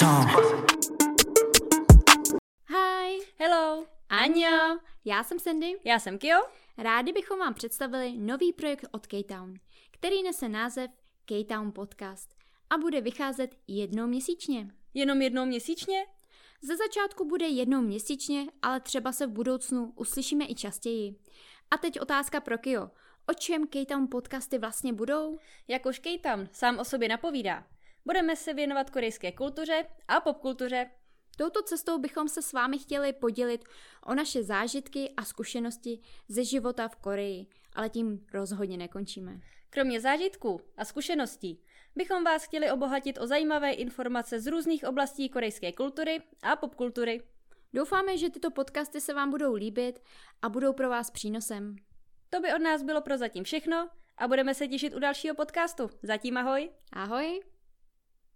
Tom. Hi, Hello, Anjo, já jsem Sandy. já jsem Kyo. Rádi bychom vám představili nový projekt od K-Town, který nese název K-Town Podcast a bude vycházet jednou měsíčně. Jenom jednou měsíčně? Ze začátku bude jednou měsíčně, ale třeba se v budoucnu uslyšíme i častěji. A teď otázka pro Kyo. O čem K-Town podcasty vlastně budou? Jak už Kejtam sám o sobě napovídá. Budeme se věnovat korejské kultuře a popkultuře. Touto cestou bychom se s vámi chtěli podělit o naše zážitky a zkušenosti ze života v Koreji, ale tím rozhodně nekončíme. Kromě zážitků a zkušeností bychom vás chtěli obohatit o zajímavé informace z různých oblastí korejské kultury a popkultury. Doufáme, že tyto podcasty se vám budou líbit a budou pro vás přínosem. To by od nás bylo prozatím všechno a budeme se těšit u dalšího podcastu. Zatím ahoj! Ahoj!